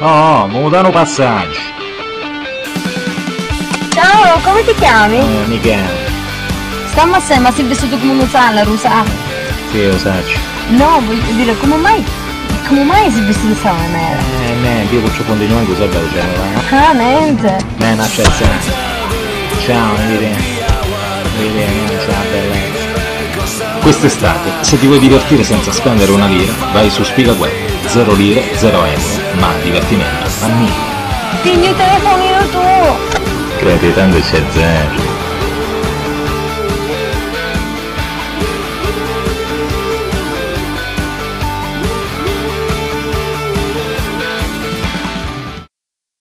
No, no, Modano Passaggi, Ciao, come ti chiami? eh, Michele, Stamma a sé, ma sei vestito come uno zalla, rusa. Ah, sì, lo sacci. No, voglio dire, come mai? Come mai sei vestito di questa maniera? Eh, ne, io faccio continuare così bello, cioè, no? Ah, niente. Ne, no, cioè, se- Ciao, Mire. Mire, non sa bellezza. Quest'estate, se ti vuoi divertire senza spendere una lira, vai su Spigaweb. 0 lire, 0 euro, ma divertimento a mille. Digli il telefonino tu! Creditando c'è zero.